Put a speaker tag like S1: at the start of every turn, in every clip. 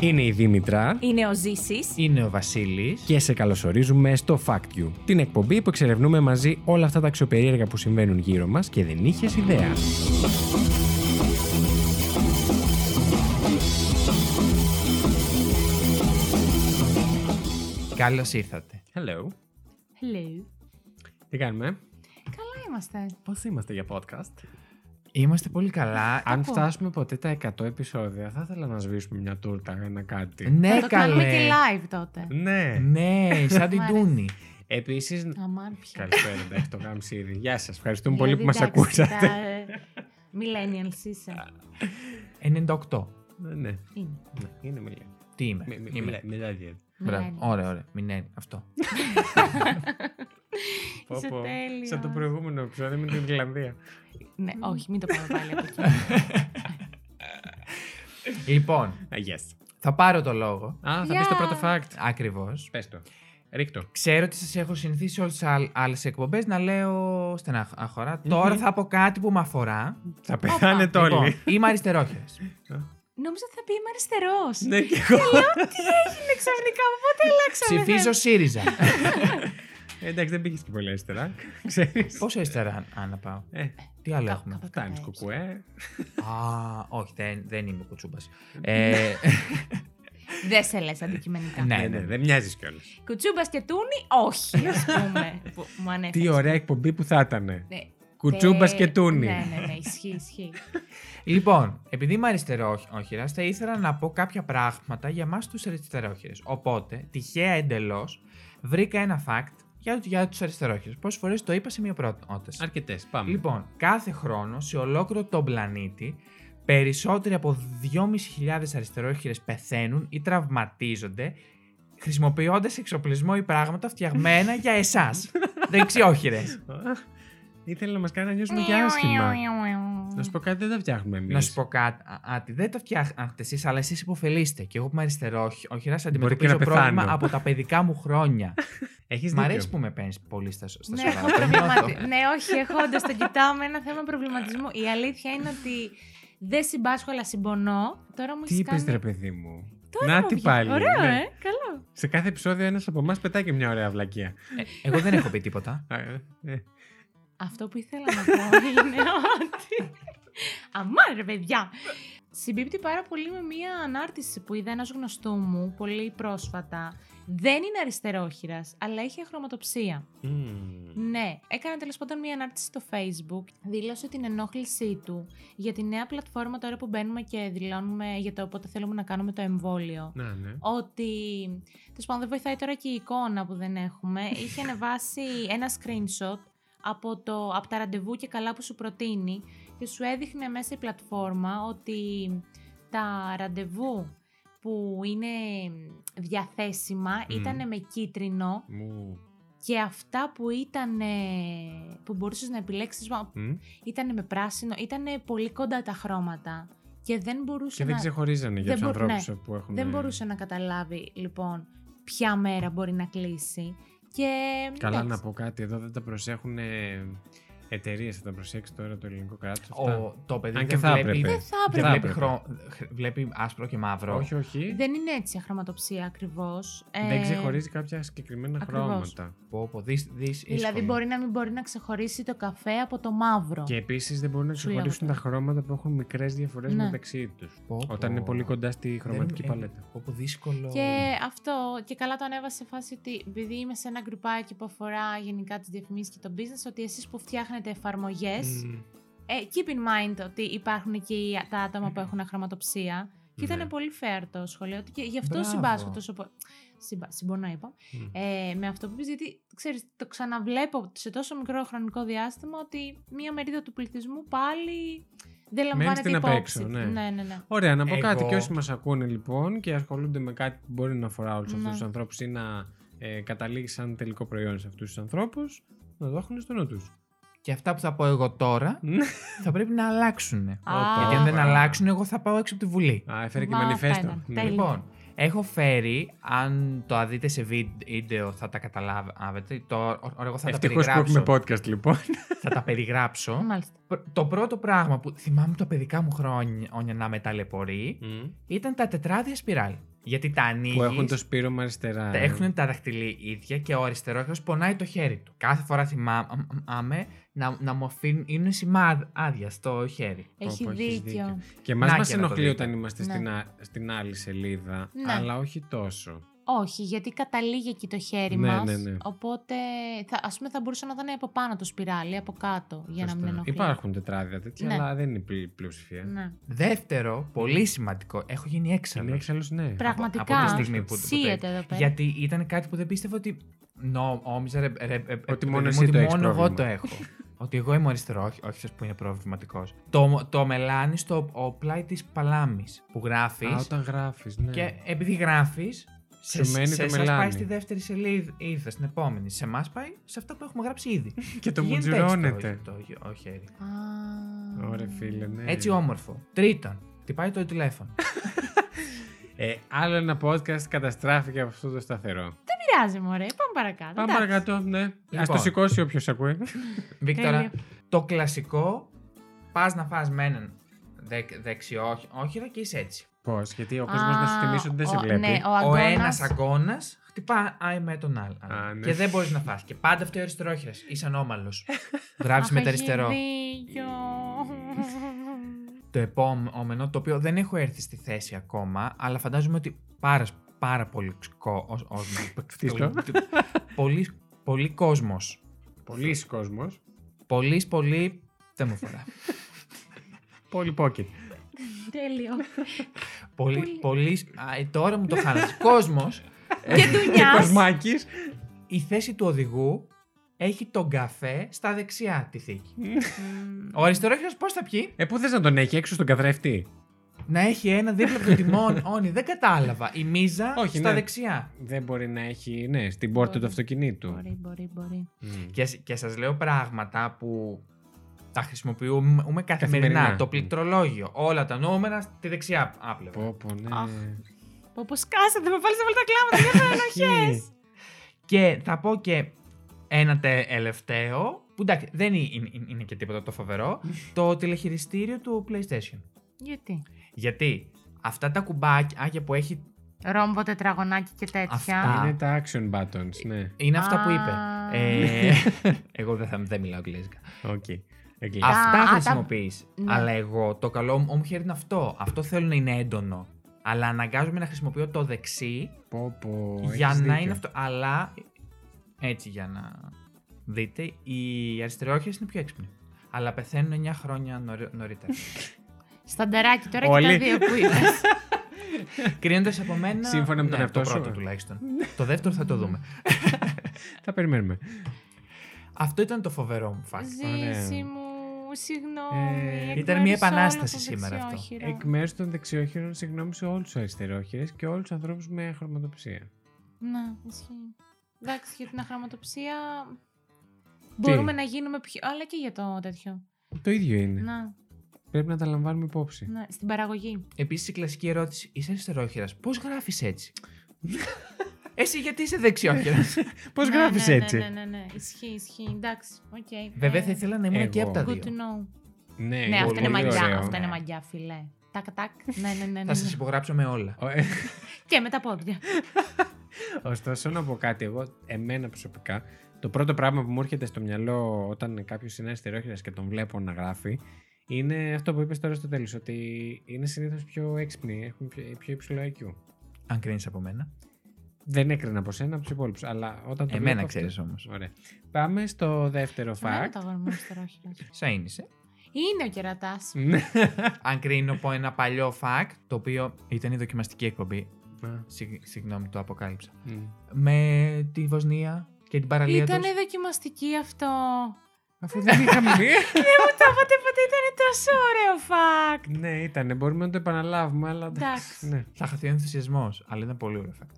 S1: Είναι η Δήμητρα
S2: Είναι ο Ζήσης.
S3: Είναι ο Βασίλης.
S1: και σε καλωσορίζουμε στο Fact You, την εκπομπή που εξερευνούμε μαζί όλα αυτά τα αξιοπερίεργα που συμβαίνουν γύρω μας και δεν είχες ιδέα.
S3: Καλώς ήρθατε.
S1: Hello.
S2: Hello.
S1: Τι κάνουμε?
S2: Καλά είμαστε.
S1: Πώς είμαστε για podcast?
S3: Είμαστε πολύ καλά.
S1: Αν
S2: ακούω.
S1: φτάσουμε ποτέ τα 100 επεισόδια, θα ήθελα να σβήσουμε μια τούρτα, ένα κάτι.
S3: Ναι,
S2: Θα το κάνουμε και
S3: καλέ.
S2: live τότε.
S1: Ναι.
S3: Ναι, σαν την
S2: Μ' αρέσει.
S3: Τούνη.
S1: Επίσης,
S2: Αμάρφια.
S1: Καλησπέρα, εντάξει, το γάμψι ήδη. Γεια σας, ευχαριστούμε πολύ που μας ακούσατε.
S2: ε, Millennials είσαι.
S3: 98.
S1: Ναι, ναι,
S2: Είναι.
S1: είναι μιλιά.
S3: Τι είμαι. είμαι.
S1: Μιλάει
S3: Μπράβο.
S2: Millennials.
S3: Ωραία, ωραία. Μην είναι αυτό.
S2: Είσαι τέλειος.
S1: Σαν το προηγούμενο επεισόδιο με την Ιρλανδία.
S2: Ναι, όχι, μην το πάμε πάλι από εκεί.
S3: λοιπόν,
S1: Α, yes.
S3: θα πάρω το λόγο.
S1: Α, θα
S2: Γεια.
S1: πεις το πρώτο fact.
S3: Ακριβώς.
S1: Πες το. Ρίκτο.
S3: Ξέρω ότι σας έχω συνηθίσει σε όλες τις άλλες εκπομπές να λέω στεναχωρά. Τώρα θα πω κάτι που με αφορά.
S1: Θα πεθάνετε
S3: Λοιπόν,
S1: όλοι.
S3: είμαι αριστερόχειρα.
S2: Νόμιζα ότι θα πει είμαι αριστερός.
S1: Ναι, και εγώ.
S2: Τι έγινε ξαφνικά, πότε αλλάξαμε.
S3: Ψηφίζω ΣΥΡΙΖΑ.
S1: Εντάξει, δεν πήγες και πολύ αριστερά. Ξέρεις.
S3: Πόσο αριστερά, Άννα, πάω.
S1: Ε,
S3: Τι άλλο
S2: Κάπου-
S3: έχουμε.
S2: κάπου-
S1: φτάνεις κουκουέ.
S3: Α, όχι, δεν, δεν είμαι κουτσούμπας. ε,
S2: Δεν σε λες αντικειμενικά.
S3: Ναι.
S1: Ναι, ναι, δεν μοιάζεις κιόλας.
S2: Κουτσούμπας και τούνη, όχι, ας πούμε. που μου ανέφερες.
S1: Τι ωραία εκπομπή που θα ήταν.
S2: Ναι.
S1: Κουτσούμπας
S2: Ε,
S1: και τούνη.
S2: Ναι, ναι, ναι, ισχύει, ισχύει.
S3: λοιπόν, επειδή είμαι αριστερόχειρα, θα ήθελα να πω κάποια πράγματα για εμάς τους αριστερόχειρες. Οπότε, τυχαία εντελώς, βρήκα ένα fact για, για τους αριστερόχειρε. Πόσες φορές το είπα σε μία πρόταση.
S1: Αρκετές, πάμε.
S3: Λοιπόν, κάθε χρόνο σε ολόκληρο τον πλανήτη περισσότεροι από 2.500 αριστερόχειρες πεθαίνουν ή τραυματίζονται χρησιμοποιώντας εξοπλισμό ή πράγματα φτιαγμένα για εσάς. Δεξιόχειρες.
S1: Α, Ήθελε να μας κάνει να νιώσουμε και άσχημα. Να σου πω κάτι, δεν τα φτιάχνουμε εμείς.
S3: Να σου πω κάτι. α- Άτι, δεν τα φτιάχνετε εσεί, αλλά εσείς υποφελείστε. Και εγώ που είμαι αριστερόχειρα,
S1: Μπορεί και να
S3: αντιμετωπίζω πρόβλημα
S1: πεθάνω.
S3: από τα παιδικά μου χρόνια.
S1: Έχεις
S3: Μ'
S1: δίκιο.
S3: αρέσει που με παίρνεις πολύ στα, σο- στα
S2: Ναι,
S3: σοβαρά.
S2: έχω
S3: Το νιώθω.
S2: προβληματισμό. Ναι, όχι, έχω όντως το κοιτάω με ένα θέμα προβληματισμού. Η αλήθεια είναι ότι δεν συμπάσχω, αλλά συμπονώ. Τώρα μου
S1: Τι
S2: έχεις
S1: είπες,
S2: κάνει.
S1: ρε παιδί μου.
S2: Τώρα
S1: Να
S2: μου
S1: τι
S2: βγήκε.
S1: πάλι.
S2: Ωραίο,
S1: ναι.
S2: ε, καλό.
S1: Σε κάθε επεισόδιο ένας από εμάς πετάει και μια ωραία βλακεία.
S3: Ε, εγώ δεν έχω πει τίποτα.
S1: Α, ε, ε.
S2: Αυτό που ήθελα να πω είναι ότι. Αμάρε, ρε παιδιά! Συμπίπτει πάρα πολύ με μία ανάρτηση που είδα ενό γνωστού μου πολύ πρόσφατα. Δεν είναι αριστερόχειρας, αλλά είχε χρωματοψία. Ναι, έκανε τέλος πάντων μία ανάρτηση στο Facebook. Δήλωσε την ενόχλησή του για τη νέα πλατφόρμα τώρα που μπαίνουμε και δηλώνουμε για το πότε θέλουμε να κάνουμε το εμβόλιο.
S1: Να, ναι.
S2: Ότι. Τέλος πάντων, δεν βοηθάει τώρα και η εικόνα που δεν έχουμε. Είχε ανεβάσει ένα screenshot από, το, από τα ραντεβού και καλά που σου προτείνει και σου έδειχνε μέσα η πλατφόρμα ότι τα ραντεβού που είναι διαθέσιμα
S1: Μμμ.
S2: ήταν με κίτρινο
S1: Μου.
S2: και αυτά που ήταν που μπορούσες να επιλέξεις
S1: Μμ.
S2: ήταν με πράσινο, ήταν πολύ κοντά τα χρώματα και δεν μπορούσε
S1: Και δεν
S2: να,
S1: ξεχωρίζανε για
S2: δεν
S1: τους
S2: μπο-
S1: ανθρώπου
S2: ναι.
S1: που έχουν.
S2: δεν μπορούσε να καταλάβει λοιπόν ποια μέρα μπορεί να κλείσει και
S1: Καλά
S2: εντάξει.
S1: να πω κάτι. Εδώ δεν τα προσέχουν εταιρείες. Θα τα προσέξει τώρα το ελληνικό κράτος.
S3: Ο, το παιδί
S1: Αν
S3: δεν
S1: και θα
S3: βλέπει-
S1: έπρεπε.
S2: δεν θα έπρεπε.
S3: Δεν
S1: Θα
S3: βλέπει,
S1: έπρεπε.
S3: χρω... χ- βλέπει άσπρο και μαύρο.
S1: Όχι, όχι.
S2: Δεν είναι έτσι η χρωματοψία ακριβώς.
S1: Δεν
S2: Ε,
S1: ξεχωρίζει κάποια συγκεκριμένα
S2: ακριβώς.
S1: χρώματα.
S3: Πω, πω, δεις, δεις,
S2: Δηλαδή
S3: ίσχυμα.
S2: μπορεί να μην μπορεί να ξεχωρίσει το καφέ από το μαύρο.
S1: Και επίσης δεν μπορούν να
S2: Σου λέω
S1: ξεχωρίσουν τα
S2: αυτό.
S1: χρώματα που έχουν μικρές διαφορές
S2: Ναι.
S1: μεταξύ τους.
S3: Πω, πω.
S1: Όταν είναι πολύ κοντά στη χρωματική
S3: Δεν- ε,
S1: παλέτα.
S3: Πω, πω, δύσκολο.
S2: Και αυτό, και καλά το ανέβασε σε φάση ότι επειδή είμαι σε ένα γκρουπάκι που αφορά γενικά τις διαφημίσεις και το business, ότι εσείς που φτιάχνετε εφαρμογές,
S1: Μμ.
S2: ε, keep in mind ότι υπάρχουν και οι- τα άτομα που έχουν αχρωματοψία. Και ήταν
S1: Ναι.
S2: πολύ fair το σχολείο, ότι και γι' αυτό
S3: Μπράβο.
S2: συμπάσχω τόσο πολύ. Συμπα... Συμπονώ, είπα.
S1: Μμ.
S2: Ε, με αυτό που πεις, γιατί ξέρεις, το ξαναβλέπω σε τόσο μικρό χρονικό διάστημα ότι μία μερίδα του πληθυσμού πάλι δεν λαμβάνεται
S1: στην απ'
S2: υπόψη.
S1: έξω, ναι.
S2: ναι, ναι. ναι.
S1: Ωραία, να πω
S3: Εγώ-
S1: κάτι. Και όσοι μας ακούνε λοιπόν και ασχολούνται με κάτι που μπορεί να αφορά όλου
S2: Ναι.
S1: αυτού τους ανθρώπους ή να ε, καταλήγει σαν τελικό προϊόν σε αυτούς τους ανθρώπους, να το έχουν στο νου τους.
S3: Και αυτά που θα πω εγώ τώρα
S1: Ναι.
S3: θα πρέπει να αλλάξουν.
S2: Α.
S3: Γιατί αν δεν
S1: Όπα.
S3: αλλάξουν, εγώ θα πάω έξω από τη Βουλή.
S1: Α, έφερε και
S2: Μα,
S1: μανιφέστο.
S2: πέραν.
S1: Ναι.
S2: Τέλεια.
S3: Λοιπόν, έχω φέρει, αν το δείτε σε βίντεο θα τα καταλάβετε. Το, ω- εγώ θα τα
S1: Ευτυχώς που
S3: περιγράψω.
S1: έχουμε podcast λοιπόν.
S3: θα τα περιγράψω.
S2: Μάλιστα.
S3: Π- Το πρώτο πράγμα που θυμάμαι τα παιδικά μου χρόνια να με ταλαιπωρεί ήταν τα τετράδια σπιράλ. Γιατί τα ανοίγεις.
S1: Που έχουν το σπήρωμα αριστερά.
S3: Τα έχουν τα δαχτυλίδια και ο αριστερό χέρος πονάει το χέρι του. Κάθε φορά θυμάμαι να, να μου αφήνουν, είναι σημάδια στο χέρι.
S2: Έχει
S1: Όπου έχεις
S2: δίκιο.
S1: Και εμά
S3: Να
S1: μα
S3: και να το
S1: ενοχλεί
S3: δείτε.
S1: όταν είμαστε
S2: Ναι.
S1: στην, α- στην άλλη σελίδα,
S2: Ναι.
S1: αλλά όχι τόσο.
S2: Όχι, γιατί καταλήγει εκεί το χέρι
S1: Ναι,
S2: μας,
S1: ναι, ναι.
S2: Οπότε, θα, ας πούμε, θα μπορούσε να ήταν από πάνω το σπirάλι, από κάτω, για να μην
S1: Σωστά.
S2: ενοχλεί.
S1: Υπάρχουν τετράδια τέτοια,
S2: Ναι.
S1: αλλά δεν είναι η πλη- πλειοψηφία.
S2: Ναι.
S3: Δεύτερο, πολύ σημαντικό, έχω γίνει
S1: Είναι
S3: έξαλλο.
S1: έξαλλος, ναι.
S2: Πραγματικά.
S3: από τη στιγμή που- που το
S2: σύεται εδώ πέρα.
S3: Γιατί ήταν κάτι που δεν πίστευα ότι. Νο- Νόμιζα ρε, ρε, ρε, ρε,
S1: μόνο
S3: παιδί μου,
S1: εσύ το έχεις
S3: μόνο εγώ
S1: πρόβλημα.
S3: το έχω. ότι εγώ είμαι αριστερό, όχι, όχι σας που είναι προβληματικός. Το, το μελάνι στο ο πλάι της παλάμης που γράφεις.
S1: Α, όταν γράφεις, ναι.
S3: Και επειδή γράφεις. Σε,
S1: Σου μένει
S3: σε
S1: το
S3: εσάς
S1: μελάνι.
S3: πάει στη δεύτερη σελίδα, είδα στην επόμενη. Σε εμάς πάει σε αυτά που έχουμε γράψει ήδη.
S1: Και το
S3: Και γίνεται
S1: μουτζουρώνεται.
S3: έτσι Το, το, το χέρι.
S2: Α.
S1: Ωραία, φίλε, ναι.
S3: Έτσι όμορφο. Τρίτον, χτυπάει το τηλέφωνο.
S1: Ε, άλλο ένα podcast καταστράφηκε από αυτό το σταθερό.
S2: Δεν πειράζει, μωρέ. Πάμε παρακάτω.
S1: Πάμε
S2: εντάξει.
S1: παρακάτω, ναι. Ας το
S3: Λοιπόν.
S1: σηκώσει όποιος ακούει.
S3: Βίκτορα,
S2: Τέλεια.
S3: το κλασικό, πας να φας με έναν δεξιό δεξιόχειρα και είσαι έτσι.
S1: Πώς, γιατί ο κόσμος να
S2: Α,
S1: σου θυμίσει ότι δεν σε
S2: ο-
S1: βλέπει.
S2: Ναι, ο,
S3: Ο
S2: αγώνας...
S3: ένας αγκώνα χτυπάει με τον άλλο.
S1: Α, ναι.
S3: Και δεν μπορείς να φας. Και πάντα αυτό ο αριστερόχειρα. Είσαι ανώμαλος. Γράψει με
S2: Αχ,
S3: τα
S2: έχει
S3: αριστερό.
S2: δίκιο.
S3: Το επόμενο, το οποίο δεν έχω έρθει στη θέση ακόμα, αλλά φαντάζομαι ότι πάρα, πάρα πολύ κο- ως- ως- ναι.
S1: Φτύστο.
S3: πολύ, πολύ κόσμος.
S1: Πολλοί κόσμος.
S3: Πολύ, πολύ. Δεν μου φορά.
S1: Πολύ pocket.
S2: Τέλειο.
S3: Πολύ, πολύ. Α, ε, τώρα μου το χάλασε. κόσμος,
S2: και ντουνιάς.
S1: Κοσμάκης.
S3: η θέση του οδηγού έχει τον καφέ στα δεξιά τη θήκη.
S2: Μμμ.
S3: Ο αριστερόχειρα πώς θα πιει,
S1: Ε, πού θες να τον έχει, έξω στον καθρέφτη.
S3: να έχει ένα δίπλα από το τιμόνι. Όνει, δεν κατάλαβα. Η μίζα
S1: Όχι,
S3: στα
S1: ναι.
S3: δεξιά.
S1: Δεν μπορεί να έχει, ναι, στην πόρτα
S2: Μπορεί.
S1: του αυτοκινήτου.
S2: Μπορεί, μπορεί, μπορεί.
S1: Μμ.
S3: Και, σ- και σας λέω πράγματα που τα χρησιμοποιούμε καθημερινά.
S1: Καθημερινά.
S3: Το πληκτρολόγιο, όλα τα νούμερα στη δεξιά άπλευρα.
S1: Πω, πω, ναι.
S2: Αχ, Πω, πω σκάσατε, με βάλεις να βάλω τα κλάματα, δεν θέλω ενοχές.
S3: Και θα πω και ένα τελευταίο. Που εντάξει, δεν είναι, είναι- είναι και τίποτα το φοβερό. το τηλεχειριστήριο του PlayStation.
S2: Γιατί.
S3: Γιατί αυτά τα κουμπάκια που έχει.
S2: Ρόμβο, τετραγωνάκι και τέτοια.
S3: Αυτά.
S1: Είναι τα action buttons, ναι.
S3: Είναι αυτά που είπε.
S2: Α. Ναι.
S3: Ε, εγώ δεν, θα, δεν μιλάω αγγλικά.
S1: Οκ. Οκ.
S2: Α,
S3: Αυτά
S2: τα-
S3: χρησιμοποιείς.
S2: Ναι.
S3: Αλλά εγώ το καλό μου μου χέρι είναι αυτό. Αυτό θέλω να είναι έντονο. Αλλά αναγκάζομαι να χρησιμοποιώ το δεξί
S1: Πω, πω,
S3: για να
S1: έχεις δίκιο.
S3: είναι αυτό. Αλλά έτσι για να δείτε, οι αριστερόχειρε είναι πιο έξυπνοι. Αλλά πεθαίνουν 9 χρόνια νωρι- νωρίτερα.
S2: Σταντεράκι τώρα και
S1: Όλοι.
S2: τα δύο που είπες.
S3: Κρίνοντας από μένα.
S1: Σύμφωνα με τον
S3: ναι,
S1: εαυτό
S3: το
S1: σου. ε. Ναι.
S3: πρώτο τουλάχιστον. το δεύτερο θα το δούμε.
S1: Θα περιμένουμε.
S3: Αυτό ήταν το φοβερό μου φάκελο.
S2: Ζήση μου, συγγνώμη.
S1: Ε,
S2: εκ
S3: ήταν μια
S2: μέρους όλων
S3: επανάσταση
S2: των
S3: σήμερα αυτό.
S2: δεξιόχειρων.
S1: Εκ μέρους των δεξιόχειρων, συγγνώμη σε όλους τους αριστερόχειρες και όλους τους ανθρώπους με χρωματοψία.
S2: Ναι, ισχύει. Εντάξει, για την αχρωματοψία μπορούμε να γίνουμε πιο... Αλλά και για το τέτοιο.
S1: Το ίδιο είναι.
S2: Να,
S1: Πρέπει να τα λαμβάνουμε υπόψη.
S2: ναι, στην παραγωγή.
S3: Επίσης η κλασική ερώτηση: Είσαι αριστερόχειρας, πώς γράφεις έτσι. Εσύ γιατί είσαι δεξιόχειρα.
S1: Πώς
S2: Ναι,
S1: γράφεις
S2: ναι,
S1: έτσι.
S2: Ναι, ναι, ναι, ναι. Ισχύει, ισχύει. Εντάξει, οκ.
S3: Βέβαια
S2: Ε,
S3: θα ήθελα να ήμουν
S1: Εγώ.
S3: και από τα
S2: Good to
S3: δύο.
S2: know.
S1: Ναι,
S2: Ναι, αυτό
S1: πολύ
S2: είναι μαγιά.
S1: ωραίο.
S2: Αυτό είναι μαγιά, φιλέ. Τακ, τακ. Ναι, ναι, ναι. ναι.
S3: Θα σας υπογράψω με όλα.
S1: Ο- ε,
S2: Και με τα πόδια.
S1: Ωστόσο, να πω κάτι. Εγώ, εμένα προσωπικά, το πρώτο πράγμα που μου έρχεται στο μυαλό όταν κάποιος είναι αριστερόχειρα και τον βλέπω να γράφει είναι αυτό που είπες τώρα στο τέλος. Ότι είναι συνήθως πιο έξυπνοι, έχουν πιο, πιο υψηλό IQ.
S3: Αν κρίνεις από μένα.
S1: Δεν έκρινα από σένα, από τους υπόλοιπους. Αλλά όταν το βλέπω
S3: Εμένα
S1: αυτό-
S3: ξέρεις όμως.
S1: Ωραία. Πάμε στο δεύτερο
S2: Εμένα
S1: fact.
S2: το αγόρι μου είναι στερόχειρος.
S3: Σαν είσαι.
S2: Είναι ο κερατάς.
S1: Ναι.
S3: Αν κρίνω από ένα παλιό φακ, το οποίο ήταν η δοκιμαστική εκπομπή.
S1: Ναι.
S3: Συγ- συγγνώμη, το αποκάλυψα.
S1: Μμ.
S3: Με τη Βοσνία και την παραλία του.
S2: Ήτανε δοκιμαστική αυτό.
S1: Αφού δεν είχαμε μία.
S2: Το είπατε ποτέ ήταν τόσο ωραίο φακ.
S1: ναι, ήταν. Μπορούμε να το επαναλάβουμε, αλλά.
S2: Εντάξει.
S1: ναι.
S3: Θα χαθεί ο ενθουσιασμός, αλλά ήταν πολύ ωραίο φακ.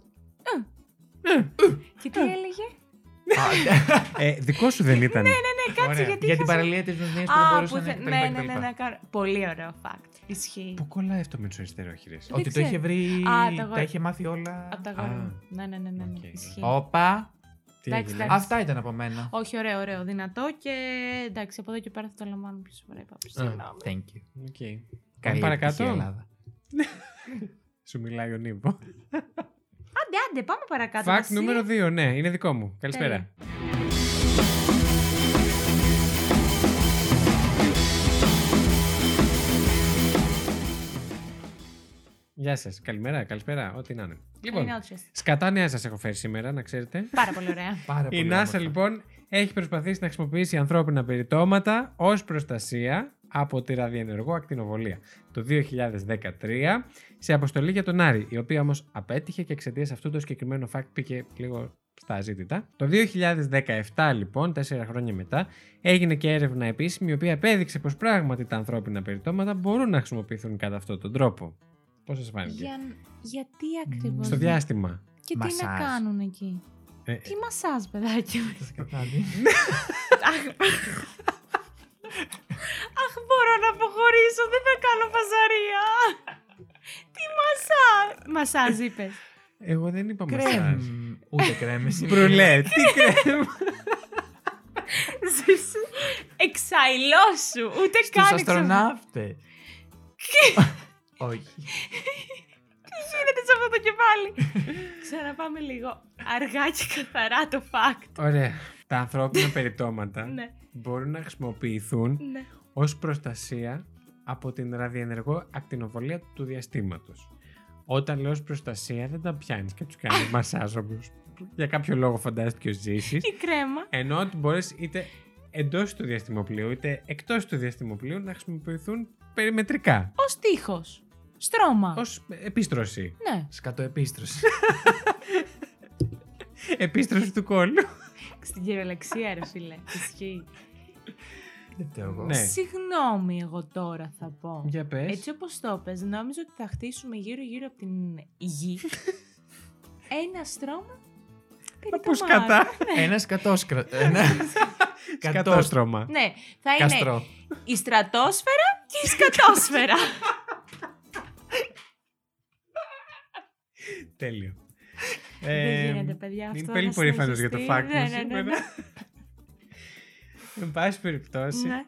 S2: Και τι έλεγε.
S1: Ε, δικό σου δεν ήταν.
S2: Ναι, κάτσε
S3: Ωραία.
S2: γιατί.
S3: Για
S2: είχα
S3: την
S2: σε-
S3: παραλία της Βοσνίας που δεν
S2: Α,
S3: μπορούσαν
S2: θε-
S3: να κτλ,
S2: Ναι,
S3: κτλ.
S2: ναι, ναι, ναι, κα- Πολύ ωραίο fact. Ισχύει.
S1: Πού κολλάει αυτό με τους αριστερόχειρες.
S2: Δεν
S3: Ότι το
S2: ξέρω.
S3: είχε βρει.
S2: Α, τα
S3: Τα
S2: γο-
S3: είχε μάθει όλα.
S2: Από τα
S1: Α.
S2: γόρια. Ναι, ναι, ναι, ναι, ναι.
S1: Οκ.
S2: Ισχύει.
S3: Όπα.
S1: Τι
S2: εντάξει,
S1: έγινε.
S2: εντάξει.
S3: Αυτά ήταν από μένα.
S2: Όχι, ωραίο, ωραίο. Δυνατό και εντάξει, από εδώ και πέρα θα το λαμβάνω πιο σοβαρά υπόψη.
S1: Α.
S2: Συγγνώμη.
S3: Thank you.
S1: Οκ.
S3: Καλή
S1: παρακάτω.
S3: επιτυχία, Ελλάδα.
S1: Σου μιλάει ο Νίμπο.
S2: Άντε, άντε, πάμε παρακάτω.
S1: Φακ
S2: Βασίλη.
S1: νούμερο 2, ναι, είναι δικό μου. Καλησπέρα. Γεια σας. Καλημέρα, καλησπέρα, ό,τι να είναι. Λοιπόν,
S2: Καλή νότσες.
S1: σκατά νέα σας έχω φέρει σήμερα, να ξέρετε.
S2: Πάρα πολύ ωραία.
S3: Πάρα πολύ
S1: Η
S3: όμορφα.
S1: NASA λοιπόν έχει προσπαθήσει να χρησιμοποιήσει ανθρώπινα περιτώματα ως προστασία από τη ραδιενεργό ακτινοβολία το 2013 σε αποστολή για τον Άρη, η οποία όμως απέτυχε και εξαιτίας αυτού το συγκεκριμένο fact πήγε λίγο στα αζήτητα. Το 2017 λοιπόν, τέσσερα χρόνια μετά, έγινε και έρευνα επίσημη η οποία επέδειξε πως πράγματι τα ανθρώπινα περιτώματα μπορούν να χρησιμοποιηθούν κατά αυτόν τον τρόπο. Πώς σας φάνηκε.
S2: Για- Γιατί ακριβώς.
S1: Στο διάστημα.
S2: Και τι να
S3: Μασάζ.
S2: κάνουν εκεί.
S1: Ε, ε,
S2: Τι μασάζ, παιδάκι μου.
S3: Σας κατάλαβε.
S1: Ναι,
S2: Αχ, Αχ, μπορώ να αποχωρήσω, δεν θα κάνω παζαρία. Τι μασάζ. Μασάζ είπες.
S1: εγώ δεν είπα
S3: Κρέμ.
S1: μασάζ.
S3: Ούτε κρέμες.
S1: Μπρουλέ, τι κρέμ.
S2: Ζήσου. Εξαϊλό σου. Ούτε καν.
S3: Στους
S2: εξα-
S3: αστροναύτες. Όχι.
S2: Τι γίνεται σε αυτό το κεφάλι. Ξαναπάμε λίγο. Αργά και καθαρά το fact.
S1: Ωραία. Τα ανθρώπινα περιτώματα
S2: Ναι,
S1: μπορούν να χρησιμοποιηθούν
S2: ναι.
S1: ως προστασία από την ραδιενεργό ακτινοβολία του διαστήματος. Όταν λέω ως προστασία δεν τα πιάνεις και τους κάνεις μασάζ όπως για κάποιο λόγο φαντάστηκε ο Ζήσης.
S2: Η κρέμα.
S1: Ενώ ότι μπορείς είτε εντός του διαστημοπλοίου είτε εκτός του διαστημοπλοίου να χρησιμοποιηθούν περιμετρικά
S2: Ο τείχος. Στρώμα.
S1: ως επίστρωση.
S2: Ναι.
S3: Σκατοεπίστρωση.
S1: Επίστρωση του κόλλου.
S2: Στην κυριολεξία, ρε φίλε. Ισχύει.
S3: Δεν το εγώ.
S1: Ναι.
S2: Συγγνώμη, εγώ τώρα θα πω.
S1: Για πες.
S2: Έτσι όπως το πες, νόμιζα ότι θα χτίσουμε γύρω-γύρω από την γη ένα στρώμα.
S1: Από
S2: περιτωμάτων.
S1: σκατά.
S3: Ένα σκατόσκρα. Ένα
S1: Κατόστρωμα.
S2: Ναι, θα είναι
S3: Καστρό.
S2: η στρατόσφαιρα και η σκατόσφαιρα.
S1: Τέλειο.
S2: Δεν
S1: Ε,
S2: γίνεται, παιδιά.
S1: Είμαι
S2: αυτό
S1: πολύ
S2: να
S1: περήφανο για το fact
S2: συνεχιστεί.
S1: μου
S2: Ναι, ναι, ναι,
S1: σήμερα. Εν πάση περιπτώσει,
S2: ναι.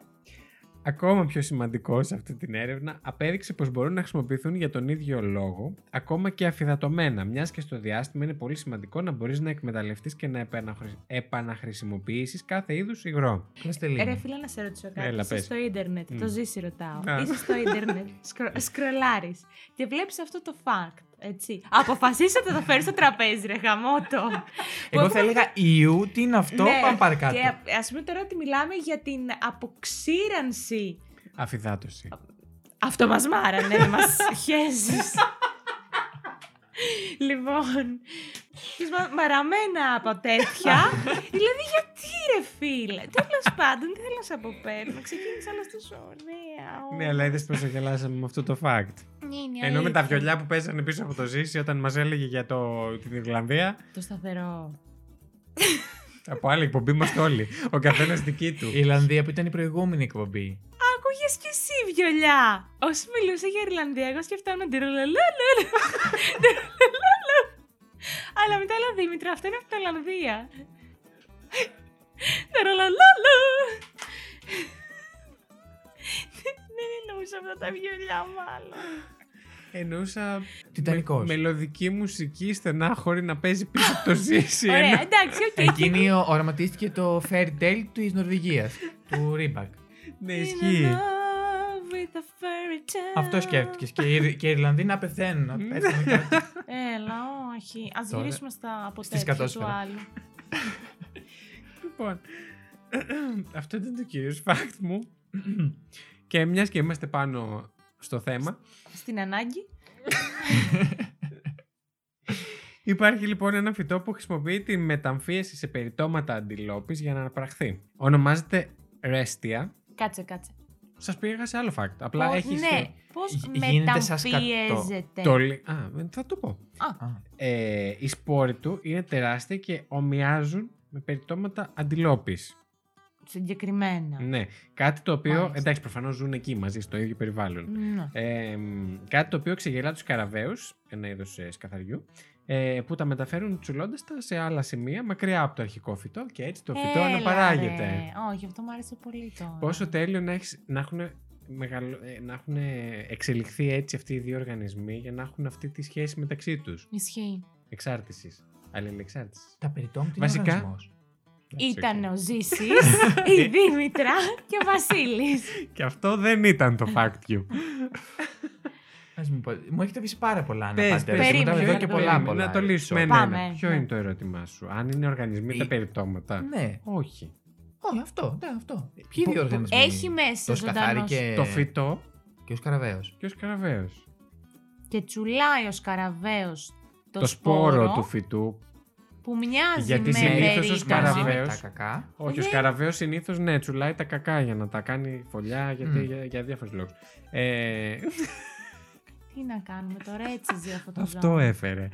S1: ακόμα πιο σημαντικό σε αυτή την έρευνα, απέδειξε πως μπορούν να χρησιμοποιηθούν για τον ίδιο λόγο, ακόμα και αφιδατωμένα, μιας και στο διάστημα είναι πολύ σημαντικό να μπορείς να εκμεταλλευτείς και να επαναχρη- επαναχρησιμοποιήσεις κάθε είδους υγρό.
S3: Πλαστελίνη.
S2: Ρε φίλε, να σε ρωτήσω κάτι.
S1: Έλα,
S2: Είσαι
S1: πες.
S2: στο ίντερνετ,
S1: Μμ.
S2: το ζήσει ρωτάω.
S1: Α. Ε.
S2: Είσαι στο ίντερνετ, σκρο, σκρολάρεις και βλέπεις αυτό το fact, έτσι. Αποφασίσαι ότι θα το φέρεις στο τραπέζι, ρε γαμότο.
S3: Εγώ θα έλεγα Ιού, τι είναι αυτό,
S2: Ναι,
S3: πάμε παρακάτω.
S2: Και ας ας πούμε τώρα ότι μιλάμε για την αποξήρανση.
S1: Αφιδάτωση.
S2: Αυτό μας μάρανε, δεν μας χέζεις. λοιπόν, τις μα- μαραμένα από τέτοια. δηλαδή γιατί ρε φίλε. Τέλος πάντων, δεν θέλω να σε αποπέρνω. Ξεκίνησα να στο ωραία.
S1: Ναι, αλλά είδες πως γελάσαμε με αυτό το fact.
S2: Ναι,
S1: Ενώ με τα βιολιά που παίζανε πίσω από το ζήσι όταν μας έλεγε για το, την Ιρλανδία,
S2: Το σταθερό.
S1: από άλλη εκπομπή μας όλοι. Ο καθένας δική του.
S3: Η Ιρλανδία που ήταν η προηγούμενη εκπομπή.
S2: Ακούγες κι εσύ βιολιά. Όσο μιλούσα για Ιρλανδία, εγώ σκεφτόμουν τυρολολόλολο. Αλλά μετά λέω Δήμητρα, αυτό είναι από την Ολλανδία. Τυρολολόλο. Δεν εννοούσα αυτά τα βιολιά, μάλλον.
S1: Εννοούσα
S3: Τιτανικός.
S1: με- μελωδική μουσική στενά χωρίς να παίζει πίσω από το ζήσι.
S2: Ωραία,
S1: Ενώ-
S2: εντάξει, οκ.
S3: Εκείνη ο- οραματίστηκε το Fairy Tale της Νορβηγίας, του Ρίμπακ.
S1: Ναι,
S2: In
S1: ισχύει.
S2: love with a fairy tale.
S3: Αυτό σκέφτηκες και, οι Ιρ- και οι Ιρλανδοί να πεθαίνουν.
S1: Ναι.
S3: να πεθαίνουν κάτι.
S2: Έλα, όχι. Ας
S3: Τώρα,
S2: γυρίσουμε στα
S3: στις
S2: αποτέλεσμα του
S3: κατόσφαιρα.
S2: άλλου.
S1: Λοιπόν, αυτό ήταν το κυρίως fact μου. και μιας και είμαστε πάνω στο θέμα,
S2: Στην ανάγκη.
S1: υπάρχει λοιπόν ένα φυτό που χρησιμοποιεί τη μεταμφίεση σε περιτώματα αντιλόπης για να αναπραχθεί. Ονομάζεται ρέστια.
S2: Κάτσε, κάτσε.
S1: Σας πήγα σε άλλο fact. Απλά
S2: Πώς-
S1: έχεις.
S2: Ναι, πώς
S3: Γι- γίνεται σαν σκατό.
S2: μεταμφιέζεται.
S1: Το... λι- Α, θα το πω.
S3: Α,
S1: Ε, οι σπόροι του είναι τεράστια και ομοιάζουν με περιτώματα αντιλόπης.
S2: Συγκεκριμένα.
S1: Ναι. Κάτι το οποίο.
S2: Μάλιστα.
S1: Εντάξει, προφανώς ζουν εκεί μαζί, στο ίδιο περιβάλλον.
S2: Ναι.
S1: Ε, μ, κάτι το οποίο ξεγελά τους καραβαίους, ένα είδος σκαθαριού, ε, που τα μεταφέρουν τσουλώντας τα σε άλλα σημεία μακριά από το αρχικό φυτό και έτσι το φυτό
S2: Έλα,
S1: αναπαράγεται.
S2: ρε. Όχι, αυτό μου άρεσε πολύ τώρα.
S1: Πόσο τέλειο να, έχεις, να, έχουν να έχουν εξελιχθεί έτσι αυτοί οι δύο οργανισμοί για να έχουν αυτή τη σχέση μεταξύ τους.
S2: Ισχύει.
S1: Εξάρτησης. Αλληλεξάρτησης.
S3: Τα περιττώματα είναι
S1: Βασικά-
S3: οργανισμός.
S2: Ήταν ο Ζήσης, η Δήμητρα και ο Βασίλης.
S1: Και αυτό δεν ήταν το fact you.
S3: Ας μου, πω- μου έχετε πείσει πάρα πολλά να
S1: Πες,
S3: πάτε.
S1: πες,
S3: ρε,
S2: περίμενε,
S3: μετά εδώ και
S2: περίμενε.
S3: πολλά πολλά.
S1: Να το λύσουμε. Ε,
S3: επεισόδια.
S1: Ένα,
S2: Πάμε,
S1: ένα. Ποιο
S2: ναι.
S1: είναι το ερώτημά σου, Αν είναι οργανισμοί τα
S3: Η-
S1: περιτώματα.
S3: Ναι.
S1: Όχι.
S3: Όχι, αυτό. Ναι, αυτό. Ποιοι
S1: Που-
S3: δύο οργανισμοί.
S2: Έχει
S3: είναι?
S2: μέσα
S3: Τος σκαθάρι
S2: ζωντανός
S3: και...
S1: Το φυτό
S3: και ο σκαραβαίος.
S1: και ο σκαραβαίος.
S2: και τσουλάει ο σκαραβαίος το,
S1: Το σπόρο του φυτού.
S2: που μοιάζει
S1: Γιατί
S2: με
S1: συνήθως ο
S2: περίτομα.
S1: σκαραβαίος-
S3: Μαζί με τα κακά.
S1: Όχι, ο
S2: Δεν-
S1: σκαραβαίο συνήθως ναι, τσουλάει τα κακά για να τα κάνει φωλιά γιατί,
S3: Μμ.
S1: για, για διάφορους λόγους. Ε,
S2: Τι να κάνουμε τώρα, έτσι ζει αυτό το
S1: αυτό
S2: ζώο.
S1: έφερε.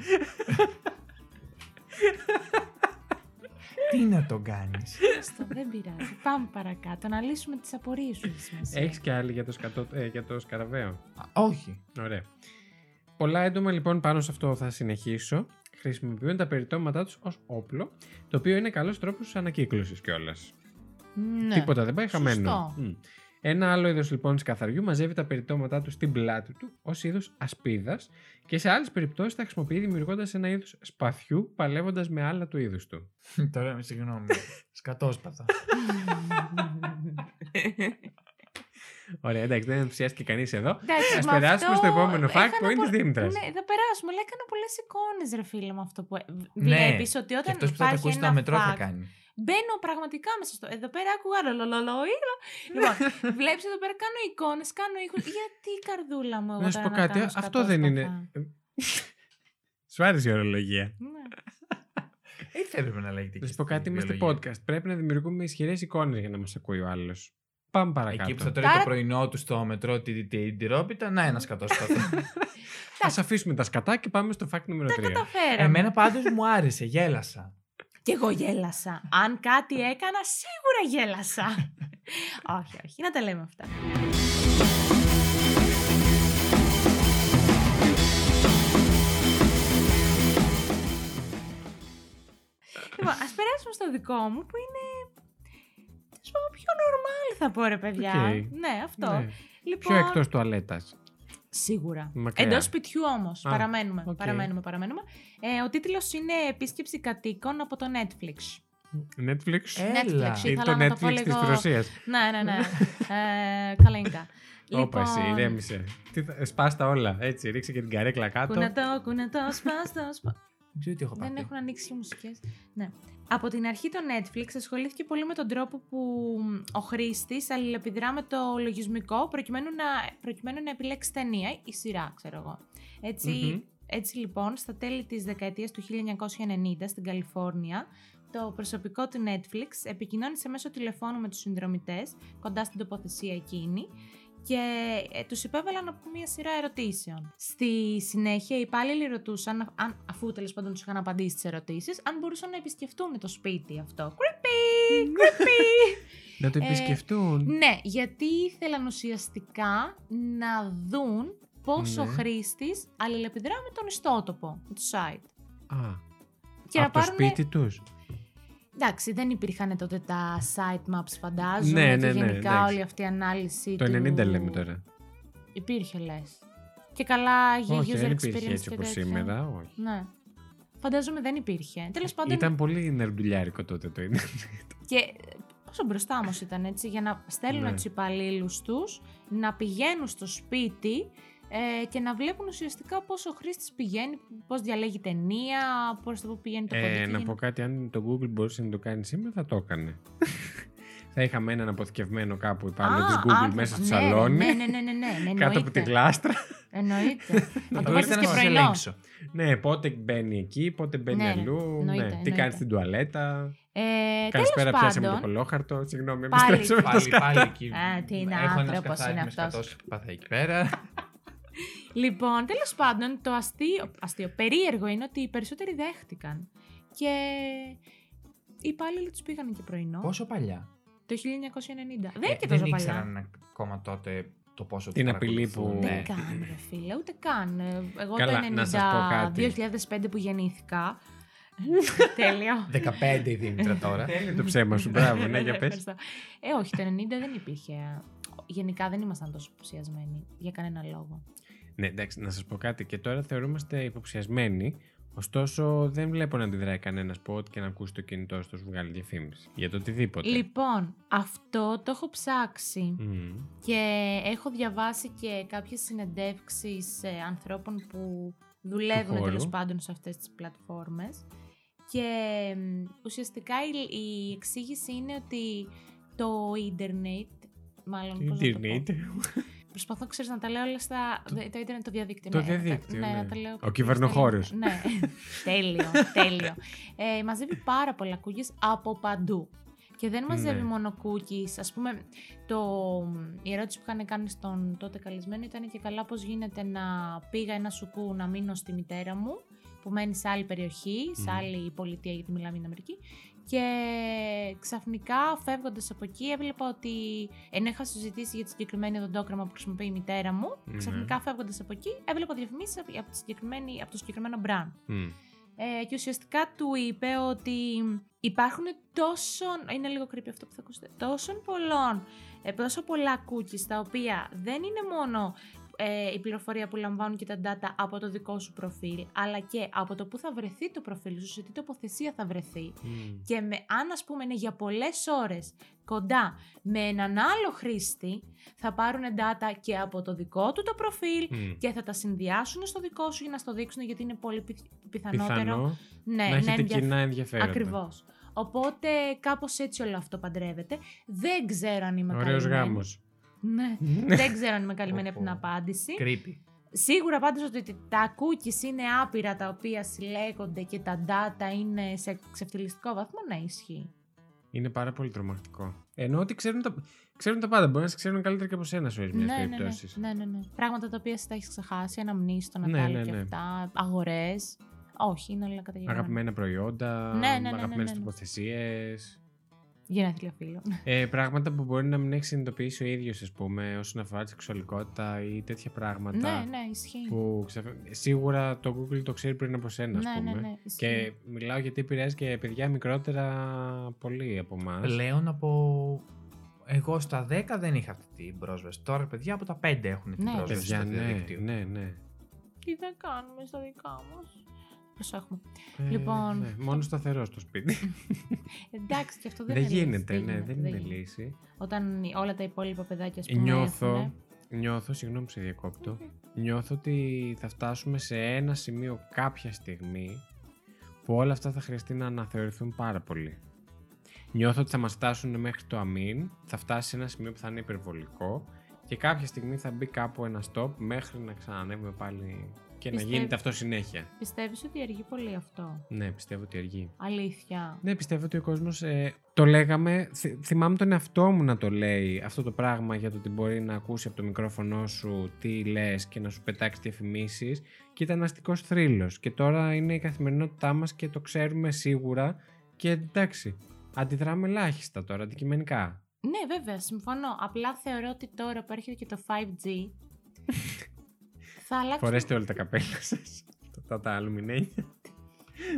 S3: Τι να τον κάνεις.
S2: Αυτό δεν πειράζει. Πάμε παρακάτω να λύσουμε τις απορίες σου. έχει σημασία.
S1: Έχει και άλλη για το, σκατό, ε, για το σκαραβαίο.
S3: Α, Όχι.
S1: Ωραία. Πολλά έντομα λοιπόν πάνω σε αυτό θα συνεχίσω. Χρησιμοποιούν τα περιτώματά τους ως όπλο, το οποίο είναι καλός τρόπος ανακύκλωσης κιόλας.
S2: Ναι.
S1: Τίποτα δεν πάει χαμένο.
S2: Σωστό.
S1: Μμ. Ένα άλλο είδος λοιπόν σκαθαριού μαζεύει τα περιτώματά του στην πλάτη του ως είδος ασπίδας και σε άλλες περιπτώσεις τα χρησιμοποιεί δημιουργώντας ένα είδος σπαθιού παλεύοντας με άλλα του είδους του.
S3: Τώρα με συγγνώμη. Σκατόσπαθα.
S1: Ωραία, εντάξει, δεν ενθουσιάστηκε κανείς εδώ.
S2: Εντάξει,
S1: Ας
S2: με
S1: περάσουμε στο
S2: αυτό
S1: επόμενο fact
S2: έκανα
S1: που είναι της
S2: πο-
S1: Δήμητρας.
S2: Ναι, θα περάσουμε, αλλά έκανα πολλές εικόνες, ρε φίλε, με αυτό που. ε-
S3: Ναι.
S2: Βλέπεις ότι
S3: Και
S2: όταν
S3: αυτός που θα τα
S2: υπάρχει
S3: ακούσει
S2: ένα
S3: στα μετρό θα
S2: fact,
S3: κάνει.
S2: Μπαίνω πραγματικά μέσα στο. Εδώ πέρα άκουγα λολολολοίλα. λοιπόν, βλέπεις εδώ πέρα κάνω εικόνες, κάνω ήχους. Γιατί η καρδούλα μου, εγώ.
S1: Να σου
S2: τώρα
S1: πω κάτι,
S2: κάνω
S1: αυτό δεν είναι.
S2: σκατόσπαθα.
S1: Σου άρεσε η ορολογία.
S2: Ναι.
S3: Έτσι θα έπρεπε Ε, να λέγεται.
S1: Να
S3: και
S1: σου πω
S3: στην
S1: κάτι, είμαστε
S3: βιολογία.
S1: podcast. Πρέπει να δημιουργούμε ισχυρές εικόνες για να μας ακούει ο άλλος. Πάμε παρακάτω.
S3: Εκεί που θα τρώει
S2: Άρα-
S3: το πρωινό του στο μετρό τη- τη- την τυρόπιτα, να ένα σκατόσπαθο.
S1: Ας αφήσουμε τα σκατά και πάμε στο fact νούμερο 3.
S2: Τα φέραμε.
S3: Εμένα πάντως μου άρεσε, γέλασα.
S2: Και εγώ γέλασα. Αν κάτι έκανα, σίγουρα γέλασα. όχι, όχι. Να τα λέμε αυτά. λοιπόν, ας περάσουμε στο δικό μου που είναι... τέλος πάντων, πιο normal θα πω ρε παιδιά.
S1: Οκ.
S2: Ναι, αυτό.
S1: Ναι. Πιο
S2: Λοιπόν,
S1: εκτός τουαλέτας.
S2: Σίγουρα.
S1: Μακριά.
S2: Εντός σπιτιού όμως.
S1: Α,
S2: Παραμένουμε,
S1: οκ.
S2: παραμένουμε, παραμένουμε. Ε, ο τίτλος είναι Επίσκεψη κατοίκων από το Netflix.
S1: Netflix.
S3: Έλα.
S2: Netflix.
S1: Ή
S2: Ε, ήθελα
S1: το
S2: να το πω
S1: Netflix της
S2: λίγο-
S1: Ρωσίας.
S2: Ναι, ναι, ναι. ε, Λοιπόν, καλά είναι καλά.
S1: Όπα, εσύ, ηρέμησε. Τι θα- Σπάς τα όλα. Έτσι, ρίξε και την καρέκλα κάτω.
S2: Κουνατό, κουνατό, σπάστο. σπα-
S3: Δεν ξέρω τι έχω
S2: Δεν
S3: πάθει.
S2: έχουν ανοίξει οι μουσικές. Ναι. Από την αρχή το Netflix ασχολήθηκε πολύ με τον τρόπο που ο χρήστης αλληλεπιδρά με το λογισμικό προκειμένου να, προκειμένου να επιλέξει ταινία ή σειρά, ξέρω εγώ. Έτσι,
S1: Μμμ.
S2: Έτσι λοιπόν, στα τέλη της δεκαετίας του 1990 στην Καλιφόρνια, το προσωπικό του Netflix επικοινώνησε μέσω τηλεφώνου με τους συνδρομητές, κοντά στην τοποθεσία εκείνη, και ε, τους υπέβαλαν από μία σειρά ερωτήσεων. Στη συνέχεια οι υπάλληλοι ρωτούσαν, αν, αφού τέλος πάντων τους είχαν απαντήσει τις ερωτήσεις, αν μπορούσαν να επισκεφτούν το σπίτι αυτό. Creepy! Creepy!
S1: Να το
S2: Ε,
S1: επισκεφτούν.
S2: Ναι, γιατί ήθελαν ουσιαστικά να δουν πόσο ο
S1: Ναι.
S2: χρήστης αλληλεπιδρά με τον ιστότοπο, με το site.
S1: Α,
S2: Και να
S1: από το
S2: πάρουνε-
S1: σπίτι τους.
S2: Εντάξει, δεν υπήρχαν τότε τα site maps, φαντάζομαι.
S1: Ναι,
S2: και
S1: ναι, ναι,
S2: γενικά
S1: εντάξει.
S2: όλη αυτή η ανάλυση.
S1: Το
S2: του-
S1: 90 λέμε τώρα.
S2: Υπήρχε, λες. Και καλά για
S1: Όχι,
S2: user
S1: δεν
S2: experience
S1: υπήρχε έτσι
S2: και
S1: όπως
S2: τέτοια.
S1: σήμερα. όχι.
S2: Ναι. Φαντάζομαι δεν υπήρχε. Τέλος πάντων.
S1: Ήταν πολύ νερντουλιάρικο τότε το είναι.
S2: Και ε, πόσο μπροστά όμως ήταν έτσι, για να στέλνουν
S1: Ναι.
S2: τους υπαλλήλους τους να πηγαίνουν στο σπίτι ε, και να βλέπουν ουσιαστικά πώς ο χρήστης πηγαίνει, πώς διαλέγει ταινία, πώς το που πηγαίνει το
S1: Ε,
S2: κωδικό.
S1: να πω κάτι, αν το Google μπορούσε να το κάνει σήμερα, θα το έκανε. θα είχαμε έναν αποθηκευμένο κάπου υπάλληλο τη Google μέσα στο σαλόνι,
S2: Ναι, ναι, ναι, ναι, ναι, ναι
S1: κάτω από
S2: εννοείται.
S1: την κλάστρα.
S2: Εννοείται. Να το
S3: Εγώ
S2: βάζεις
S3: ήρθα να
S2: και
S3: σας
S2: πρωινό.
S3: ελέγξω.
S1: ναι, πότε μπαίνει εκεί, πότε μπαίνει
S2: Ναι, ρε,
S1: αλλού. Ναι.
S2: εννοείται,
S1: Τι κάνει
S2: εννοείται.
S1: στην τουαλέτα.
S2: Ε,
S1: Καλησπέρα,
S2: τέλος
S1: πιάσαμε το
S2: πάντων,
S1: κολόχαρτο. Συγγνώμη,
S2: Πάλι.
S1: επιστρέψαμε το
S3: Πάλι,
S1: σκάφο.
S3: πάλι εκεί.
S2: Α, τι είναι
S3: Έχω ένα
S2: άνθρωπος
S3: σκαθάρι
S2: είναι
S3: με
S2: αυτός.
S3: σκατόσπαθα εκεί πέρα.
S2: Λοιπόν, τέλος πάντων, το αστείο, αστείο, περίεργο είναι ότι οι περισσότεροι δέχτηκαν. Και οι υπάλληλοι τους πήγαν και πρωινό.
S3: Πόσο παλιά.
S2: Το 1990. δεν
S3: Ε,
S2: είναι και τόσο
S3: δεν
S2: παλιά.
S3: ήξεραν ακόμα τότε το πόσο
S1: Την
S3: το
S1: απειλή που-
S3: παρακολουθούν.
S2: Ούτε
S1: Ναι.
S2: καν, ρε φίλε, ούτε καν. Ε, Εγώ
S1: Καλά, να σας πω
S2: το 90,
S1: κάτι.
S2: 2005 που γεννήθηκα. Τέλειο.
S3: 15 η Δήμητρα τώρα.
S1: Το ψέμα σου, μπράβο, ναι, για πες.
S2: Ευχαριστώ. Ε, όχι, το 90 δεν υπήρχε. Γενικά δεν ήμασταν τόσο υποψιασμένοι για κανένα λόγο.
S1: Ναι, εντάξει, να σας πω κάτι. Και τώρα θεωρούμαστε υποψιασμένοι. Ωστόσο, δεν βλέπω να αντιδράει κανένας σποτ και να ακούσει το κινητό στο σου βγάλει διαφήμιση. Για το οτιδήποτε.
S2: Λοιπόν, αυτό το έχω ψάξει
S1: Μμμ.
S2: και έχω διαβάσει και κάποιες συνεντεύξεις ε, ανθρώπων που δουλεύουν
S1: Του χώρου.
S2: τέλος πάντων σε αυτές τις πλατφόρμες και μ, ουσιαστικά η, η εξήγηση είναι ότι το ίντερνετ, μάλλον πώς να το πω.
S1: Ιντερνετ.
S2: Προσπαθώ, ξέρεις να τα λέω όλα στα. Το, το ίντερνετ, το διαδίκτυο.
S1: Το
S2: ναι, να τα-
S1: διαδίκτυο,
S2: Ναι,
S1: ναι.
S2: να τα λέω.
S1: Ο κυβερνοχώριος.
S2: Ναι. τέλειο, τέλειο. Ε, μαζεύει πάρα πολλά cookies από παντού. Και δεν μαζεύει
S1: Ναι.
S2: μόνο cookies. Ας πούμε, το, η ερώτηση που είχαν κάνει στον τότε καλεσμένο ήταν και καλά πώς γίνεται να πήγα ένα σουκού να μείνω στη μητέρα μου που μένει σε άλλη περιοχή, σε
S1: Μμμ.
S2: άλλη πολιτεία γιατί μιλάμε για την Αμερική και ξαφνικά φεύγοντας από εκεί έβλεπα ότι ενώ είχα συζητήσει για τη συγκεκριμένη οδοντόκρεμα που χρησιμοποιεί η μητέρα μου,
S1: Ναι.
S2: ξαφνικά φεύγοντας από εκεί έβλεπα διαφημίσεις από, από τη συγκεκριμένη- από το συγκεκριμένο brand.
S1: Μμ.
S2: Ε, και ουσιαστικά του είπε ότι υπάρχουν τόσο. Είναι λίγο creepy αυτό που θα ακούσετε. Τόσων πολλών. ε, τόσο πολλά cookies τα οποία δεν είναι μόνο ε, η πληροφορία που λαμβάνουν και τα data από το δικό σου προφίλ, αλλά και από το που θα βρεθεί το προφίλ σου, σε τι τοποθεσία θα βρεθεί.
S1: Μμ.
S2: Και με, αν ας πούμε είναι για πολλές ώρες κοντά με έναν άλλο χρήστη, θα πάρουν data και από το δικό του το προφίλ
S1: Μμ.
S2: και θα τα συνδυάσουν στο δικό σου για να στο δείξουν γιατί είναι πολύ πιθ- πιθανότερο
S1: Πιθανό
S2: ναι,
S1: να έχετε
S2: ενδιαφέρει.
S1: κοινά ενδιαφέροντα.
S2: Ακριβώς. Οπότε κάπως έτσι όλο αυτό παντρεύεται. Δεν ξέρω αν είμαι
S1: Ωραίος
S2: καλυμμένη.
S1: γάμος.
S2: Ναι. Δεν ξέρω αν είμαι καλυμμένη από την
S3: Οχο.
S2: απάντηση.
S3: Creepy.
S2: Σίγουρα πάντως ότι τα cookies είναι άπειρα τα οποία συλλέγονται και τα data είναι σε ξεφτυλιστικό βαθμό. Ναι, ισχύει.
S1: Είναι πάρα πολύ τρομακτικό. Ενώ ότι ξέρουν τα, ξέρουν τα πάντα. Μπορεί να σε ξέρουν καλύτερα και από σένα σε ορισμένε
S2: Ναι, ναι, ναι,
S1: περιπτώσεις.
S2: ναι, ναι, ναι. Πράγματα τα οποία εσύ τα έχεις ξεχάσει, αναμνήσεις, το
S1: Ναι,
S2: Νατάλι
S1: ναι,
S2: και
S1: ναι.
S2: αυτά, αγορές. Όχι, είναι όλα καταγεγραμμένα.
S1: Αγαπημένα προϊόντα,
S2: Ναι, ναι, ναι, ναι,
S1: αγαπημένες
S2: ναι, ναι.
S1: τοποθεσίες.
S2: Γενέθλια φίλο.
S1: Ε, πράγματα που μπορεί να μην έχει συνειδητοποιήσει ο ίδιος, ας πούμε, όσον αφορά τη σεξουαλικότητα ή τέτοια πράγματα.
S2: ναι, ναι, ισχύει.
S1: Που ξαφ- σίγουρα το Google το ξέρει πριν από σένα, ας
S2: ναι,
S1: πούμε.
S2: ναι, ναι, ισχύει.
S1: Και μιλάω γιατί επηρεάζει και παιδιά μικρότερα πολύ από εμάς.
S3: Πλέον από. Εγώ στα 10 δεν είχα αυτή την πρόσβαση. Τώρα, παιδιά, από τα 5 έχουν την
S2: Ναι.
S3: πρόσβαση
S1: Παιδιά,
S3: στο
S1: ναι,
S3: διαδίκτυο.
S1: ναι, ναι.
S2: Τι θα κάνουμε στα δικά μας. Προσέχουμε.
S1: Ε,
S2: Λοιπόν.
S1: ναι. Μόνο σταθερό στο σπίτι.
S2: Εντάξει, και αυτό δεν,
S1: Δεν
S2: είναι λύση.
S1: γίνεται, ναι,
S2: γίνεται,
S1: δεν είναι
S2: γίνεται.
S1: λύση.
S2: Όταν όλα τα υπόλοιπα παιδάκια, ας πούμε,
S1: Νιώθω,
S2: έχουνε.
S1: νιώθω, συγγνώμη που σε διακόπτω,
S2: Μμμ.
S1: νιώθω ότι θα φτάσουμε σε ένα σημείο κάποια στιγμή που όλα αυτά θα χρειαστεί να αναθεωρηθούν πάρα πολύ. Νιώθω ότι θα μας φτάσουν μέχρι το αμήν, θα φτάσει σε ένα σημείο που θα είναι υπερβολικό και κάποια στιγμή θα μπει κάπου ένα stop μέχρι να ξανανεύουμε πάλι και να
S2: Πιστεύ-
S1: γίνεται αυτό συνέχεια.
S2: Πιστεύεις ότι αργεί πολύ αυτό.
S1: Ναι, πιστεύω ότι αργεί.
S2: Αλήθεια.
S1: Ναι, πιστεύω ότι ο κόσμος. Ε, το λέγαμε. θυ- θυμάμαι τον εαυτό μου να το λέει αυτό το πράγμα για το ότι μπορεί να ακούσει από το μικρόφωνο σου τι λες και να σου πετάξει διαφημίσεις. Και ήταν αστικός θρύλος. Και τώρα είναι η καθημερινότητά μας και το ξέρουμε σίγουρα. Και εντάξει, αντιδράμε ελάχιστα τώρα αντικειμενικά.
S2: Ναι, βέβαια, συμφωνώ. Απλά θεωρώ ότι τώρα που έρχεται και το 5G θα αλλάξουν,
S1: Φορέστε όλα τα καπέλα σας. Τα, τα αλουμινένια.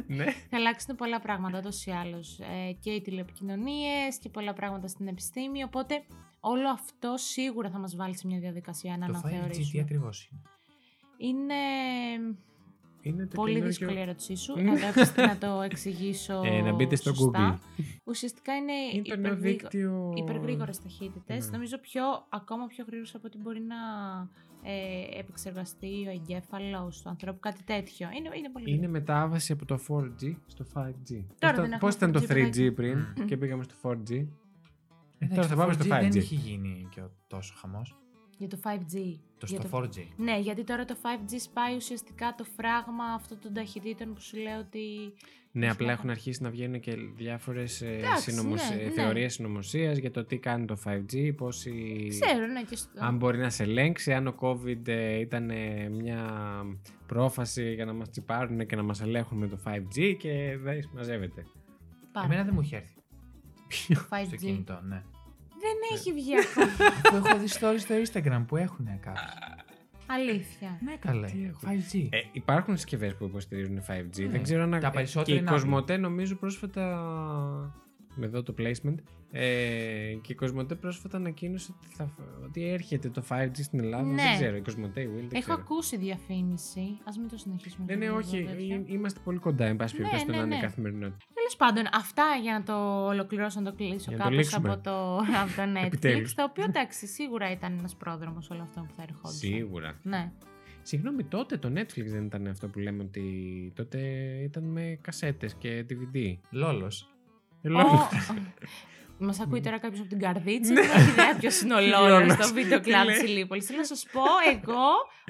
S1: ναι.
S2: θα αλλάξουν πολλά πράγματα τόσο ή άλλως. Ε, και οι τηλεπικοινωνίες και πολλά πράγματα στην επιστήμη. Οπότε όλο αυτό σίγουρα θα μας βάλει σε μια διαδικασία να
S3: Το 5G τι
S2: αναθεωρήσουμε.
S3: ακριβώς είναι.
S2: Είναι
S1: Είναι το
S2: Πολύ
S1: καινούργιο-
S2: δύσκολη η ερώτησή σου.
S1: Ναι.
S2: αλλά έπρεπε να το εξηγήσω.
S1: Ε, να μπείτε στο
S2: σωστά. Ουσιαστικά είναι,
S1: Είναι το νέο δίκτυο.
S2: υπεργρήγορες ταχύτητες.
S1: Ναι.
S2: Νομίζω πιο, ακόμα πιο γρήγορες από ό,τι μπορεί να ε, επεξεργαστεί ο εγκέφαλος του ανθρώπου, κάτι τέτοιο. Είναι, είναι πολύ
S1: Είναι
S2: γρήγορο. μετάβαση
S1: μετάβαση από το 4G στο 5G.
S2: Τώρα δεν
S1: Πώς ήταν
S2: έχουμε
S1: το
S2: 4G
S1: 3G πριν
S3: Μμμ.
S1: και πήγαμε στο 4G.
S3: Εντάξει,
S1: Τώρα θα
S3: το
S1: πάμε στο
S3: 4G. Δεν
S1: 5G.
S3: έχει γίνει και ο- τόσο χαμός.
S2: για το 5G.
S3: Το
S2: Για
S3: στο 4G.
S2: Ναι, γιατί τώρα το 5G σπάει ουσιαστικά το φράγμα αυτών των ταχυτήτων που σου λέω ότι.
S1: Ναι,
S2: Έχει
S1: απλά
S2: να
S1: έχουν αρχίσει να βγαίνουν και ε, διάφορε
S2: Εντάξει, ναι, ναι.
S1: θεωρίες συνωμοσίας για το τι κάνει το 5G, πόσοι.
S2: Ξέρω, ναι, και στο.
S1: Αν μπορεί να σε ελέγξει, αν ο COVID ε, ήταν ε, μια πρόφαση για να μας τσιπάρουν και να μας ελέγχουν με το 5G και δεν ε, μαζεύεται.
S2: Πάρα
S3: Εμένα δεν μου έχει έρθει στο
S2: 5G.
S3: κινητό, ναι.
S2: Δεν
S1: Ε.
S2: έχει βγει ακόμα.
S3: Αφού έχω δει stories στο Instagram που έχουν κάποιοι.
S2: Αλήθεια.
S3: Ναι, καλέ.
S1: Τι έχουν.
S3: 5G.
S1: Ε, υπάρχουν συσκευές που υποστηρίζουν 5G.
S3: Ναι.
S1: Δεν ξέρω αν.
S3: Τα περισσότερα
S1: και η
S3: είναι
S1: Κοσμοτέ νομίζω πρόσφατα. Με εδώ το placement. Ε, και η Κοσμοτέ πρόσφατα ανακοίνωσε ότι, θα, ότι έρχεται το 5G στην Ελλάδα.
S2: Ναι.
S1: Δεν ξέρω. Η Κοσμοτέ, η Will, δεν
S2: Έχω
S1: ξέρω.
S2: ακούσει διαφήμιση. Ας μην το συνεχίσουμε.
S1: Ναι, ναι, όχι. ε, Είμαστε πολύ κοντά, εν πάση
S2: Ναι,
S1: περιπτώσει, το
S2: ναι,
S1: να είναι
S2: ναι.
S1: καθημερινότητα.
S2: Τέλος πάντων, αυτά για να το ολοκληρώσω, να το κλείσω
S1: Για να το
S2: κάπως
S1: λήξουμε.
S2: από το, από το Netflix.
S1: Επιτέλους.
S2: το οποίο εντάξει, σίγουρα ήταν ένας πρόδρομος όλο αυτό που θα ερχόντουσαν.
S1: Σίγουρα.
S2: Ναι.
S1: Συγγνώμη, τότε το Netflix δεν ήταν αυτό που λέμε ότι. Τότε ήταν με κασέτες και DVD.
S3: Λόλος.
S1: Λόγω-
S2: Μα
S1: Ναι.
S2: ακούει τώρα κάποιος από την καρδίτσα και δεν έχει ιδέα ποιος είναι ο Λόλο
S1: Λόλος.
S2: στο βίντεο
S1: Τι
S2: κλαμπ
S1: λέει.
S2: της Λίπολης. Θέλω να σας πω εγώ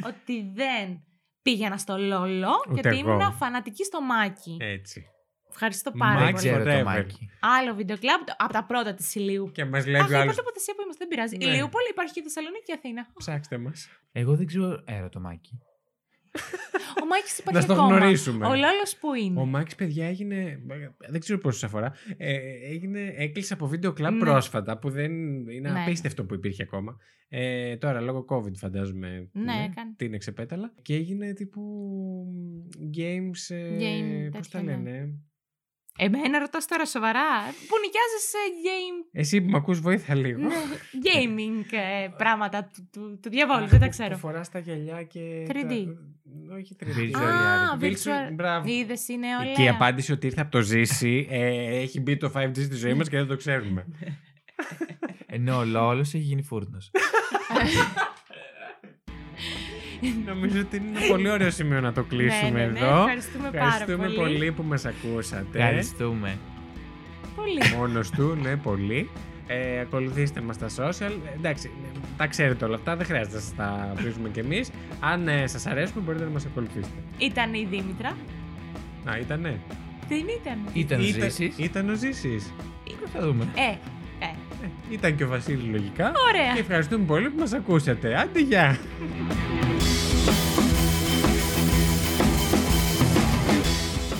S2: ότι δεν πήγαινα στο Λόλο και
S1: Ούτε
S2: ότι
S1: εγώ.
S2: ήμουν φανατική στο Μάκι.
S1: Έτσι.
S2: Ευχαριστώ πάρα
S1: Μάκη.
S3: Δεν
S1: Max
S2: πολύ.
S3: ξέρω το
S1: forever.
S3: Μάκη.
S2: Άλλο βίντεο κλαμπ από τα πρώτα της Ηλίου.
S1: Και μας
S2: Αχ,
S1: λέει ο
S2: η
S1: άλλο.
S2: τοποθεσία που είμαστε δεν πειράζει.
S1: Ναι.
S2: Ηλιούπολη υπάρχει και Θεσσαλονίκη και Αθήνα.
S1: Ψάξτε μας.
S3: Εγώ δεν ξέρω ε, έρωτο Μάκη.
S2: Ο Μάκης
S1: Να
S2: υπάρχει
S1: το
S2: ακόμα.
S1: γνωρίσουμε.
S2: Ο Λόλο που
S1: Ο
S2: είναι.
S1: Μάκης, παιδιά, έγινε. Δεν ξέρω πόσο αφορά. Ε, έγινε, έκλεισε από βίντεο κλαμπ
S2: Ναι.
S1: πρόσφατα που δεν είναι
S2: Ναι.
S1: απίστευτο που υπήρχε ακόμα. Ε, τώρα λόγω COVID φαντάζομαι.
S2: Ναι, έκανε.
S1: Την εξεπέταλα. Και έγινε τύπου. Games. Ε,
S2: Game,
S1: πώς τα
S2: τέτοια, ναι.
S1: λένε. ε.
S2: Εμένα ρωτάς τώρα σοβαρά. Που νοικιάζεις σε game.
S1: Εσύ που με ακούς βοήθα λίγο.
S2: ναι, gaming ε, πράγματα του, του, του διαβόλου.
S1: Αχ,
S2: Δεν τα
S1: που-
S2: ξέρω.
S1: Που φοράς τα γυαλιά και.
S2: 3D.
S1: Τα... Όχι 3D.
S3: Virtual
S2: Α,
S3: reality.
S1: Virtual-
S2: virtual.
S1: Μπράβο.
S2: Είδες είναι όλα.
S1: Και η απάντηση ότι ήρθε από το ζήσει ε, έχει μπει το 5G στη ζωή μας και δεν το ξέρουμε.
S3: Ενώ Ε, ναι, ο Λόλος έχει γίνει φούρνος.
S1: Ε. Νομίζω ότι είναι ένα πολύ ωραίο σημείο να το κλείσουμε
S2: ναι, ναι, ναι,
S1: εδώ.
S2: Ευχαριστούμε,
S1: Ευχαριστούμε
S2: πάρα πολύ.
S1: πολύ που μας ακούσατε.
S3: Ευχαριστούμε.
S2: Πολύ.
S1: Μόνος του, ναι, πολύ. Ε, ακολουθήστε μας στα social. Ε, εντάξει, ναι, τα ξέρετε όλα αυτά, δεν χρειάζεται να σας τα βρίζουμε κι εμείς. Αν ε, σας αρέσουμε μπορείτε να μας ακολουθήσετε.
S2: Ήταν η Δήμητρα.
S1: Α, ήτανε.
S2: Δεν ήταν.
S3: Ήταν
S1: Ήταν-
S3: ζήσεις.
S1: Ήταν ο Ζήσης.
S3: Θα δούμε.
S2: Ε,
S1: Ε, ήταν και ο Βασίλης λογικά.
S2: ωραία.
S1: Και ευχαριστούμε πολύ που μας ακούσατε. Άντε, γεια!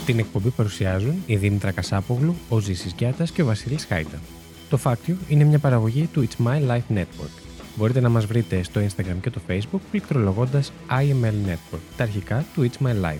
S1: Την εκπομπή παρουσιάζουν η Δήμητρα Κασάπογλου, ο Ζήσης Γιάτας και ο Βασίλης Χάιτα. Το Factio είναι μια παραγωγή του It's My Life Network. Μπορείτε να μας βρείτε στο Instagram και το Facebook πληκτρολογώντας IML Network, τα αρχικά του It's My Life.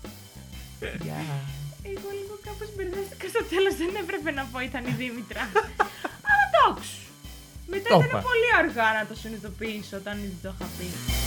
S3: Γεια.
S2: Εγώ λίγο κάπως μπερδεύτηκα στο τέλος, δεν έπρεπε να πω ήταν η Δήμητρα. Αλλά τόξου. Μετά
S3: Το
S2: ήταν
S3: είπα.
S2: πολύ αργά να το συνειδητοποιήσω όταν ήδη το είχα πει.